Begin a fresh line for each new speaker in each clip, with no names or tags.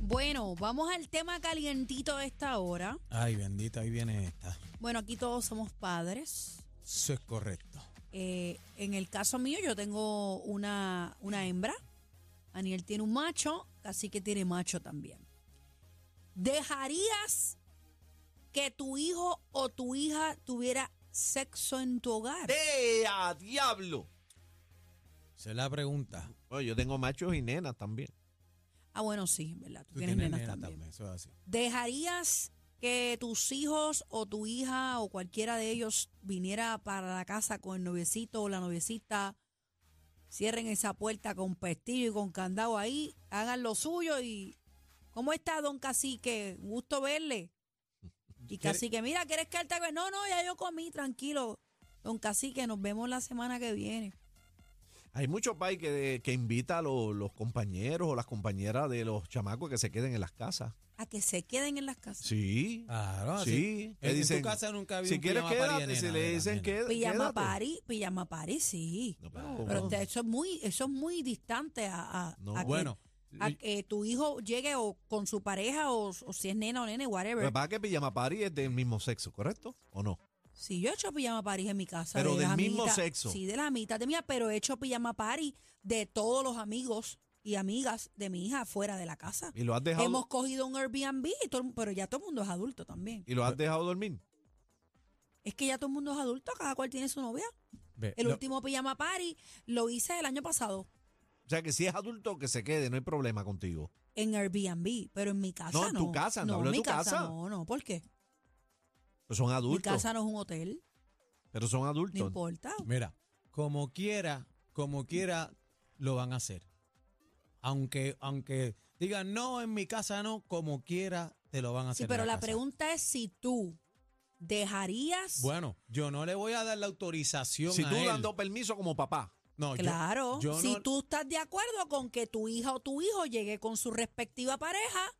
Bueno, vamos al tema calientito de esta hora.
Ay, bendita, ahí viene esta.
Bueno, aquí todos somos padres.
Eso es correcto.
Eh, en el caso mío, yo tengo una, una hembra. Aniel tiene un macho, así que tiene macho también. ¿Dejarías que tu hijo o tu hija tuviera sexo en tu hogar?
¡De a diablo!
Esa es la pregunta.
Bueno, yo tengo machos y nenas también.
Ah, bueno, sí, ¿verdad? Tú, tienes, nenas
nena
también.
Eso es así.
¿Dejarías que tus hijos o tu hija o cualquiera de ellos viniera para la casa con el noviecito o la noviecita? Cierren esa puerta con pestillo y con candado ahí, hagan lo suyo y... ¿Cómo está, don Cacique? Un Gusto verle. Y
¿Quiere-
Cacique, mira, ¿quieres que él te haga? No, no, ya yo comí, tranquilo. Don Cacique, nos vemos la semana que viene.
Hay muchos pais que, que invita a lo- los compañeros o las compañeras de los chamacos que se queden en las casas.
A que se queden en las casas.
Sí.
Claro,
sí.
así. En,
Le dicen,
en tu casa nunca había
si
un
quieres
pijama party de
quédate, si
nena,
le
nena,
dicen
nena.
que
Pijama
quédate.
party, pijama party, sí.
No, pero-
Pero te- eso es muy, eso es muy distante a, a-
No.
a que-
Bueno,
a que tu hijo llegue o con su pareja o, o si es nena o nene,
Lo que
whatever.
pasa es que pijama party es del mismo sexo, ¿correcto? ¿O no?
Si yo he hecho pijama party en mi casa.
Pero
de
del
las
mismo
amiguitas-
sexo.
Sí, de las amiguitas de mía, pero he hecho pijama party de todos los amigos y amigas de mi hija fuera de la casa.
Y lo has dejado,
Hemos cogido un Airbnb, y todo el- pero ya todo el mundo es adulto también.
y lo has dejado dormir.
Es que ya todo el mundo es adulto, cada cual tiene su novia.
ve,
El
lo-
último pijama party lo hice el año pasado
O sea, que si es adulto, que se quede, no hay problema contigo.
en Airbnb, pero en mi casa no.
No, en tu casa, no hablo
en
de
mi
tu
casa.
casa.
No, no, ¿por qué?
Pero son
Mi
adultos.
casa no es un hotel,
Pero son
no
adultos.
importa.
mira, como quiera, como quiera, lo van a hacer. Aunque, aunque digan no, en mi casa no, como quiera, te lo van a hacer.
Sí,
en
pero la
casa.
pregunta es si tú dejarías...
Bueno, yo no le voy a dar la autorización
Si
a
tú
él.
dando permiso como papá.
no, yo-
Claro,
yo
si
no-
tú estás de acuerdo con que tu hija o tu hijo llegue con su respectiva pareja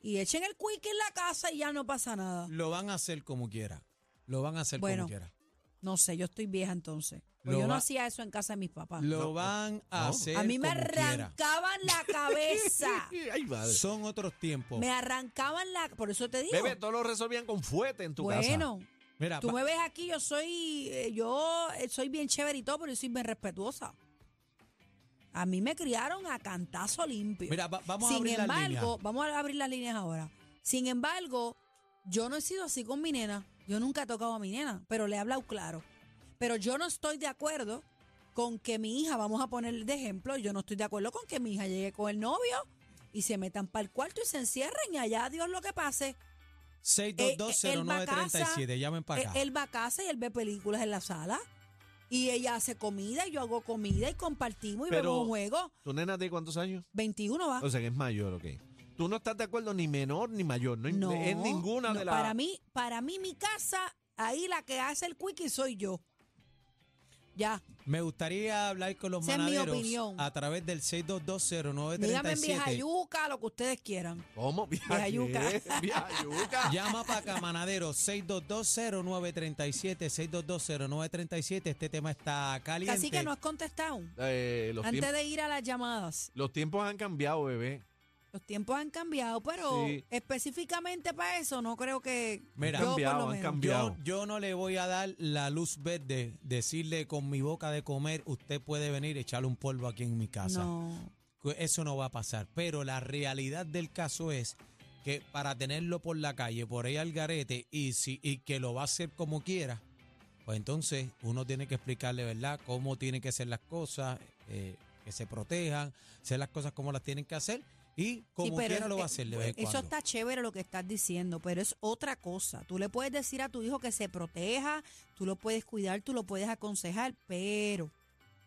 y echen el quick en la casa y ya no pasa nada.
lo van a hacer como quiera. Lo van a hacer
Bueno,
como quiera.
No sé, yo estoy vieja entonces. Pues
Lo
yo no
va-
hacía eso en casa de mis papás.
Lo
no,
van a
no.
hacer
A mí me
como quiera.
arrancaban la cabeza.
Ay, madre.
Son otros tiempos.
me arrancaban la... Por eso te digo.
Bebé, todo lo resolvían con fuete en tu casa.
bueno,
Mira,
tú
va-
me ves aquí, yo soy... eh, Yo eh, soy bien chévere y todo, pero yo soy bien respetuosa. A mí me criaron a cantazo limpio.
mira, va- vamos a
Sin
abrir las líneas.
embargo, vamos a abrir las líneas ahora. Sin embargo, yo no he sido así con mi nena. Yo nunca he tocado a mi nena, pero le he hablado claro. Pero yo no estoy de acuerdo con que mi hija, vamos a poner de ejemplo, yo no estoy de acuerdo con que mi hija llegue con el novio y se metan para el cuarto y se encierren y allá Dios lo que pase.
6220937, llamen para acá.
Eh, Él va a casa y él ve películas en la sala y ella hace comida y yo hago comida y compartimos y
Pero-
vemos un juego.
¿Tu nena tiene cuántos años?
21 va.
O sea, que es mayor, ok. Tú no estás de acuerdo ni menor ni mayor. No,
No,
es ninguna
no,
de las.
Para mí, para mí, mi casa, ahí la que hace el quickie soy yo. Ya.
Me gustaría hablar con los
Esa es mi
manaderos
opinión.
a través del
Díganme en vieja
6220937.
yuca, lo que ustedes quieran.
¿Cómo?
Vieja yuca.
Viajayuca. Viajayuca.
Llama para acá, manadero, 6220937, 6220937. Este tema está caliente.
Así que no has contestado.
Eh, los,
Antes
tiempos,
de ir a las llamadas,
los tiempos han cambiado, bebé.
los tiempos han cambiado, pero
Sí.
específicamente para eso no creo que.
Mira.
yo por
Cambiado,
lo
han
menos.
cambiado.
Yo, yo no le voy a dar la luz verde, decirle con mi boca de comer, usted puede venir y echarle un polvo aquí en mi casa.
No.
que Eso no va a pasar. Pero la realidad del caso es que para tenerlo por la calle, por ahí al garete, y, si, y que lo va a hacer como quiera, pues entonces uno tiene que explicarle, ¿verdad?, cómo tienen que ser las cosas, eh, que se protejan, hacer las cosas como las tienen que hacer, y
Sí,
como
pero
quiera lo va a
eh,
hacer de vez en
Eso
cuando.
está chévere lo que estás diciendo, pero es otra cosa. Tú le puedes decir a tu hijo que se proteja, tú lo puedes cuidar, tú lo puedes aconsejar, pero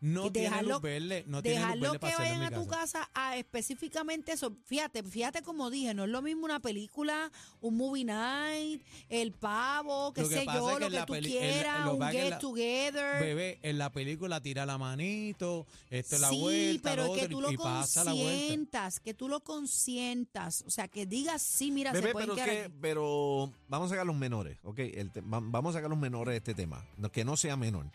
No
y
tiene
dejarlo-
luz verde, no tiene luz
dejarlo
verde
que
para hacerlo en
vayan
mi
a tu
casa.
casa a específicamente eso. Fíjate, fíjate como dije, no es lo mismo una película, un movie night, el pavo, qué
Lo que
sé
pasa es
yo, lo
que en
que
la
tú
peli- en la-
quieras,
lo que
un
pasa es que en
get
la-
together.
Bebé, en la película tira la manito, esto es la
sí,
vuelta,
pero
lo
que
otro,
tú lo
y pasa la vuelta.
consientas, que tú lo consientas, o sea, que digas, sí, mira, se
Bebé,
pueden
pero, es
quedar
que,
aquí.
pero vamos a sacar los menores, ¿ok? El te- va- vamos a sacar los menores de este tema, no- que no sea menor.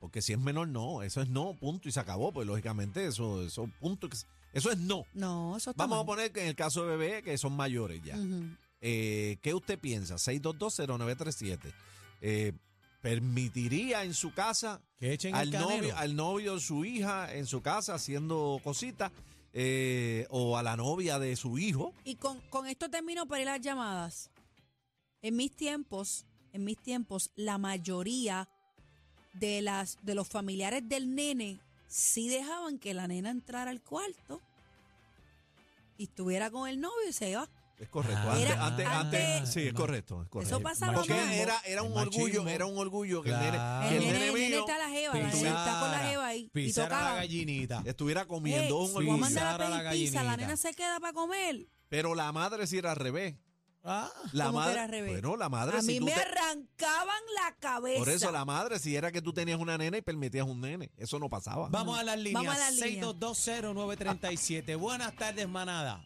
Porque si es menor, no, eso es no, punto, y se acabó, pues lógicamente eso, eso punto, que se- Eso es no.
No, eso está
Vamos a
mal.
poner que en el caso de bebé que son mayores ya.
Ujú.
Eh, ¿Qué usted piensa? 6220937. Eh, ¿Permitiría en su casa
Que echen el
al
canelo.
novio, al novio de su hija en su casa haciendo cositas? eh, o a la novia de su hijo.
Y con, con esto termino para ir a las llamadas. En mis tiempos, en mis tiempos, la mayoría de las de los familiares del nene sí dejaban que la nena entrara al cuarto y estuviera con el novio y se iba.
Es correcto.
Ah.
antes,
Era-
antes-
antes-
antes- sí, es correcto. es correcto.
Eso pasaba
Porque
más.
Pues era, era un
El
orgullo,
machismo.
era un orgullo que
Claro.
Ah, el
el,
nene, que
nene,
el
el
nene
nene
mío
está la jeva, la nena está con la jeva ahí y
pisar a la
tocaba.
gallinita.
estuviera comiendo
Ey,
un
vamos a
orgullo.
mandar
Pisar a
a
la
pedir pizza, la
gallinita.
nena se queda para comer.
Pero la madre sí era al revés.
Ah,
La
¿Cómo que
madre,
era al revés?
Bueno, la madre
A
si
mí
tú
me
te-
arrancaban la cabeza.
Por eso la madre si era que tú tenías una nena y permitías un nene. Eso no pasaba.
Mm.
vamos a las líneas.
las líneas.
6220937. Buenas tardes, manada.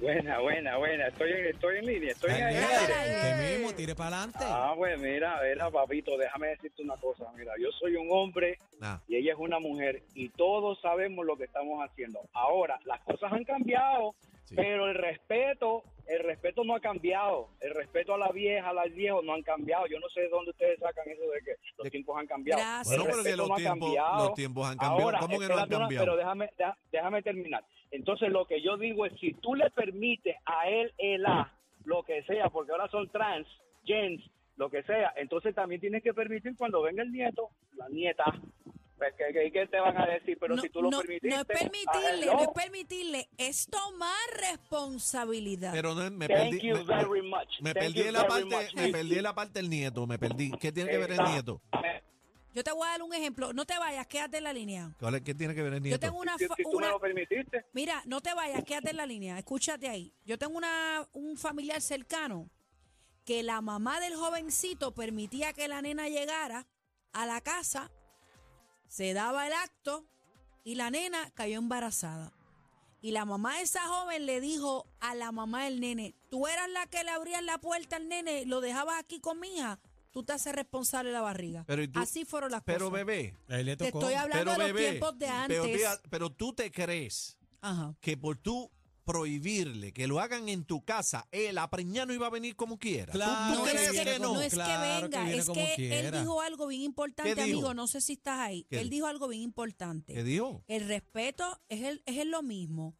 Buena, buena, buena. Estoy en, estoy en línea, estoy en el
Daniel.
aire.
Usted este mismo, tire para adelante.
Ah, pues mira, mira, papito, déjame decirte una cosa. Mira, yo soy un hombre
Nah.
y ella es una mujer y todos sabemos lo que estamos haciendo. Ahora, las cosas han cambiado,
Sí.
pero el respeto, el respeto no ha cambiado. El respeto a la vieja, a las viejas no han cambiado. Yo no sé de dónde ustedes sacan eso de que los
De-
tiempos han cambiado.
Gracias.
El
Bueno, pero que
respeto
los,
no ha
tiempos,
cambiado.
los tiempos han cambiado.
Ahora,
¿Cómo que no han
espérate una-
cambiado?
pero déjame, deja- déjame terminar. Entonces, lo que yo digo es, si tú le permites a él, el A, lo que sea, porque ahora son trans, gens, lo que sea, entonces también tienes que permitir cuando venga el nieto, la nieta, pues, ¿qué, qué- qué te van a decir? Pero si tú lo
no,
permitiste...
no es
ah,
permitirle,
hello.
no es permitirle, es tomar responsabilidad.
Pero no, me
Thank
perdí,
you
me,
very much.
me
Thank
perdí
you
en la
very
parte,
much.
me perdí en la parte del nieto, me perdí. ¿Qué tiene que ver el
Está-
nieto?
Yo te voy a dar un ejemplo. No te vayas, quédate en la línea.
¿Cuál es- ¿Qué tiene que ver el
Yo
nieto?
tengo una,
Si,
fa-
si tú
una-
me lo permitiste...
Mira, no te vayas, quédate en la línea. Escúchate ahí. Yo tengo una, un familiar cercano que la mamá del jovencito permitía que la nena llegara a la casa, se daba el acto y la nena cayó embarazada. Y la mamá de esa joven le dijo a la mamá del nene, tú eras la que le abrías la puerta al nene, lo dejabas aquí con mi hija, tú te haces responsable de la barriga.
Pero, ¿y tú?
Así fueron las
Pero
cosas.
bebé,
Ahí le
Te
tocó.
estoy hablando
pero
de los
bebé,
tiempos de antes.
pero, tía, pero tú te crees
Ajá.
que por tú prohibirle que lo hagan en tu casa, él a preñar no iba a venir como quiera. ¿Tú-
Claro
¿Tú,
no,
crees
es que,
que, no?
no es
Claro que
que venga,
viene
es
como
que
quiera.
él dijo algo bien importante,
¿Qué dijo?
amigo. No sé si estás ahí.
¿Qué
Él
dijo?
dijo algo bien importante.
¿Qué dijo?
El respeto es, el, es el lo mismo.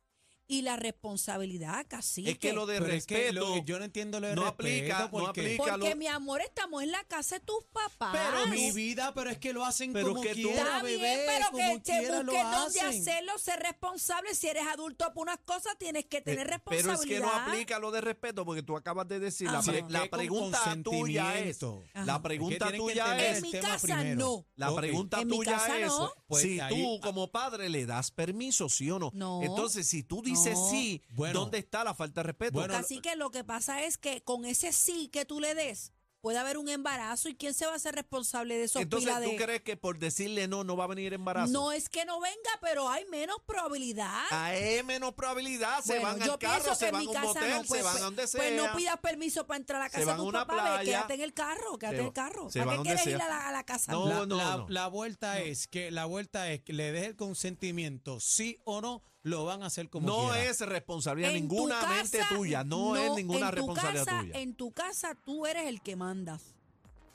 Y la responsabilidad, casi.
Es que lo de
Pero es que
respeto.
lo que yo no entiendo lo de
no
respeto
aplica, no
porque-
aplica.
Porque,
explícalo.
mi amor, estamos en la casa de tus papás.
Pero mi vida, pero es que lo hacen
Pero
como
que tú-
quiera,
Está bien,
bebé,
pero
como
que te
quiera lo
busques dónde
hacen.
hacerlo, ser responsable. Si eres adulto por unas cosas, tienes que tener
Pe- Eh, Pero
responsabilidad.
es que no aplica lo de respeto porque tú acabas de decir, la,
Ajá.
pre-
Sí,
la
que con
pregunta tuya es,
consentimiento.
Ajá.
la pregunta
Es que tienen que
tuya
entender
En
es,
mi
el tema
casa
primero.
no.
la
Ok.
pregunta
En mi
tuya
casa
es,
no.
Pues
si
ahí-
tú como padre le das permiso, sí o no.
No.
Entonces, si tú dices
No.
sí,
Bueno.
¿dónde está la falta de respeto?
Bueno,
Así que lo que pasa es que con ese sí que tú le des, puede haber un embarazo y quién se va a hacer responsable de esos
Entonces,
pila
¿tú
de-
crees que por decirle no, no va a venir embarazo?
No es que no venga, pero hay menos probabilidad.
Hay E menos probabilidad, se
Bueno,
van
yo
al carro,
pienso que
se
en
van
mi
a un
casa
motel,
no,
se
pues,
van a
pues-
donde sea.
pues no pidas permiso para entrar a la
Se
casa
van
de
a
tu
una
papá, ve,
playa.
quédate en el carro, quédate
Se
en
va-
el carro.
se
¿Para
van
qué
donde
quieres ir
sea.
a la, a la casa?
Oh, No,
la,
Blanca?
la-
no.
la vuelta es que la vuelta es que le des el consentimiento, sí o no, lo van a hacer como
no
quiera.
es responsabilidad
En tu
ninguna mente
casa,
tuya, no, es
en
ninguna
tu
responsabilidad
casa-
tuya.
En tu casa tú eres el que mandas.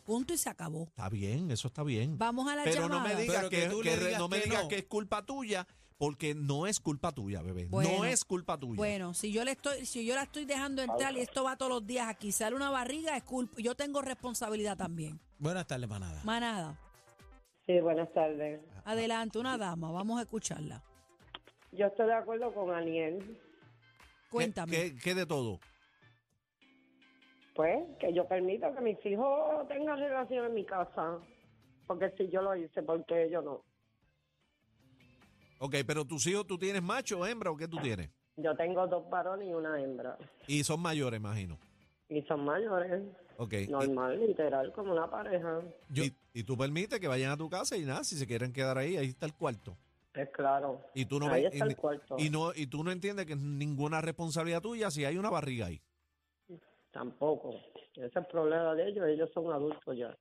Punto y se acabó.
Está bien, eso está bien.
Vamos a la
Pero
llamada.
no me digas,
Pero
que,
que tú
que
le
re-
digas
no me
que
digas
no.
que es culpa tuya, porque no es culpa tuya, bebé. no
Bueno.
es culpa tuya.
Bueno, si yo le estoy, si yo la estoy dejando entrar y esto va todos los días aquí, sale una barriga, es culpa. Yo tengo responsabilidad también.
Buenas tardes, manada.
Manada,
Sí, buenas tardes.
adelante, una dama, vamos a escucharla.
Yo estoy de acuerdo con Aniel,
¿Qué-
Cuéntame.
¿Qué, qué de todo?
pues, que yo permito que mis hijos tengan relación en mi casa, porque si yo lo hice, porque ellos no.
Ok, pero tus hijos, ¿tú tienes macho, hembra o qué tú tienes?
Yo tengo dos varones y una hembra,
Y son mayores, imagino.
y son mayores,
Ok. y-
normal, literal, como una pareja.
Yo-
y, y tú permites que vayan a tu casa y nada, si se quieren quedar ahí, ahí está el cuarto.
Es claro.
Y tú no
Ahí
ves-
está
y-
el cuarto.
Y, no, y tú no entiendes que es ninguna responsabilidad tuya si hay una barriga ahí.
Tampoco. Ese es el problema de ellos, ellos son adultos ya.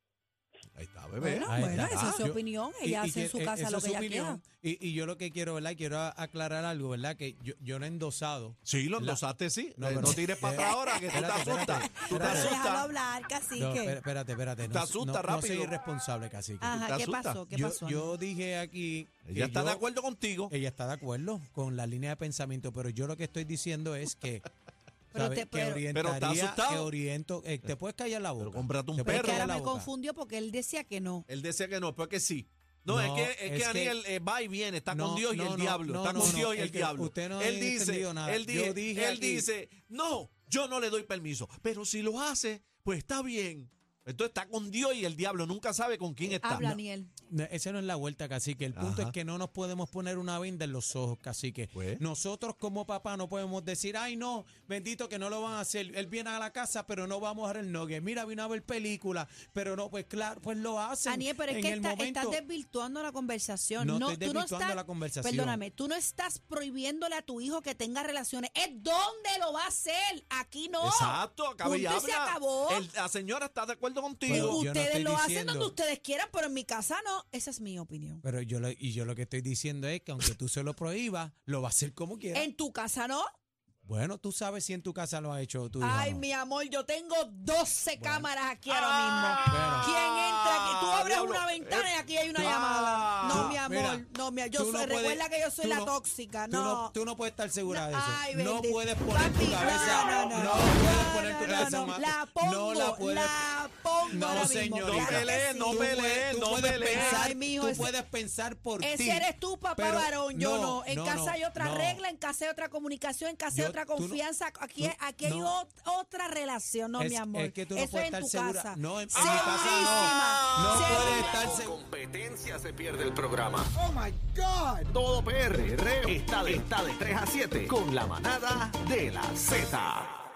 Ahí está, bebé.
Bueno,
Ahí
bueno,
está.
esa es su
Yo-
opinión. Ella hace en
que-
su
eh,
casa
esa
lo
es
que
su
ella quiera.
opinión. Y, y yo lo que quiero, ¿verdad? Quiero a- aclarar algo, ¿verdad? Que yo, yo no he endosado.
Sí, lo
La-
endosaste, sí. Eh,
No,
No,
pero-
tires para
eh,
atrás ahora, que tú te
espérate, espérate,
asustas. Tú te
espérate.
Déjalo
asustas.
hablar, cacique.
No, espé- espérate, espérate. No,
Te
no-
asusta
no, soy
rápido.
irresponsable, cacique.
te
Ajá, ¿qué
asusta.
pasó? ¿Qué
yo,
pasó?
yo dije aquí. que
Ella está de
yo- eh,
acuerdo contigo.
Ella está de acuerdo con la línea de pensamiento, pero yo lo que estoy diciendo es que.
Pero
¿sabes?
te- pero-
que
Pero está
orientaría,
asustado.
que oriento. eh, te puedes callar la
Pero
boca.
cómprate un
Te
Pero es
perro.
que
Perro de
ahora
la
me
boca.
confundió porque él decía que no.
Él decía que no, pero es que sí. No,
No,
es que, es que
es que-
Daniel eh, va y viene, está
No,
con Dios y
no,
el
no,
diablo.
no,
está
no,
con
no,
Dios y
es
el
que
diablo.
usted no
él
ha
dice,
entendido nada.
él, di-
Yo dije
él
aquí-
dice, no, yo no le doy permiso, pero si lo hace, pues está bien. Entonces está con Dios y el diablo, nunca sabe con quién está.
Habla, Daniel.
No, Esa no es la vuelta, cacique. El punto
Ajá.
es que no nos podemos poner una venda en los ojos, cacique.
Pues.
Nosotros como papá no podemos decir, ay no, bendito que no lo van a hacer. Él viene a la casa, pero no vamos a ver el nogue. Mira, vino a ver película, pero no, pues claro, pues lo hacen.
Daniel, pero es
En
que
el
está-
momento-
estás desvirtuando la conversación.
No
No,
estoy
tú no
desvirtuando
estás,
la conversación.
Perdóname, tú no estás prohibiéndole a tu hijo que tenga relaciones. Es dónde lo va a hacer. Aquí no.
Exacto, acaba y
Punto y se
habla.
acabó.
El- la señora está de acuerdo
Pero
contigo.
yo no
ustedes
estoy
lo hacen
diciendo-
donde ustedes quieran, pero en mi casa no. Esa es mi opinión.
Pero yo lo, y yo lo que estoy diciendo es que aunque tú se lo prohíbas, lo va a hacer como quiera.
En tu casa no.
Bueno, tú sabes si en tu casa lo ha hecho tu hija,
Ay,
no.
mi amor, yo tengo 12 cámaras aquí ahora mismo.
Ah,
¿Quién entra aquí? Tú abres
diablo.
una ventana y aquí hay una
Ah,
llamada. No,
tú-
mi amor,
eh, Ah, mira,
no, mi yo
tú
soy,
no puedes-
recuerda que yo soy
tú
la
no-
tóxica,
Tú no,
no.
tú no puedes estar segura de eso.
Ay,
no
bendito.
puedes poner
Papi,
tu cabeza.
No, no, no.
puedes
no,
poner tu
no,
cabeza.
no,
más.
La pongo,
no la puedes.
pongo ahora mismo,
no, señorita.
claro que
pelees,
sí.
no
Tú puedes-
pelees,
tú
no
puedes
pelees.
Pensar,
Ay, mijo,
tú
ese-
puedes pensar por ti.
Ese eres tú, papá
Pero
varón, yo no. En
no,
casa
no,
hay otra
no.
regla, en casa hay otra comunicación, en casa
Yo-
hay otra
tú no-
confianza. aquí
no,
aquí hay
no.
ot- otra relación, no,
Es-
mi amor.
es que tú no
Eso
puedes
es en
estar
tu
segura.
casa.
No, en- en mi
Segurísima.
casa no. No
Segurísima.
puedes estar
Por
segura.
competencia se pierde el programa. Oh my God. Todo PR está de, está de 3 a 7 con la manada de la Z.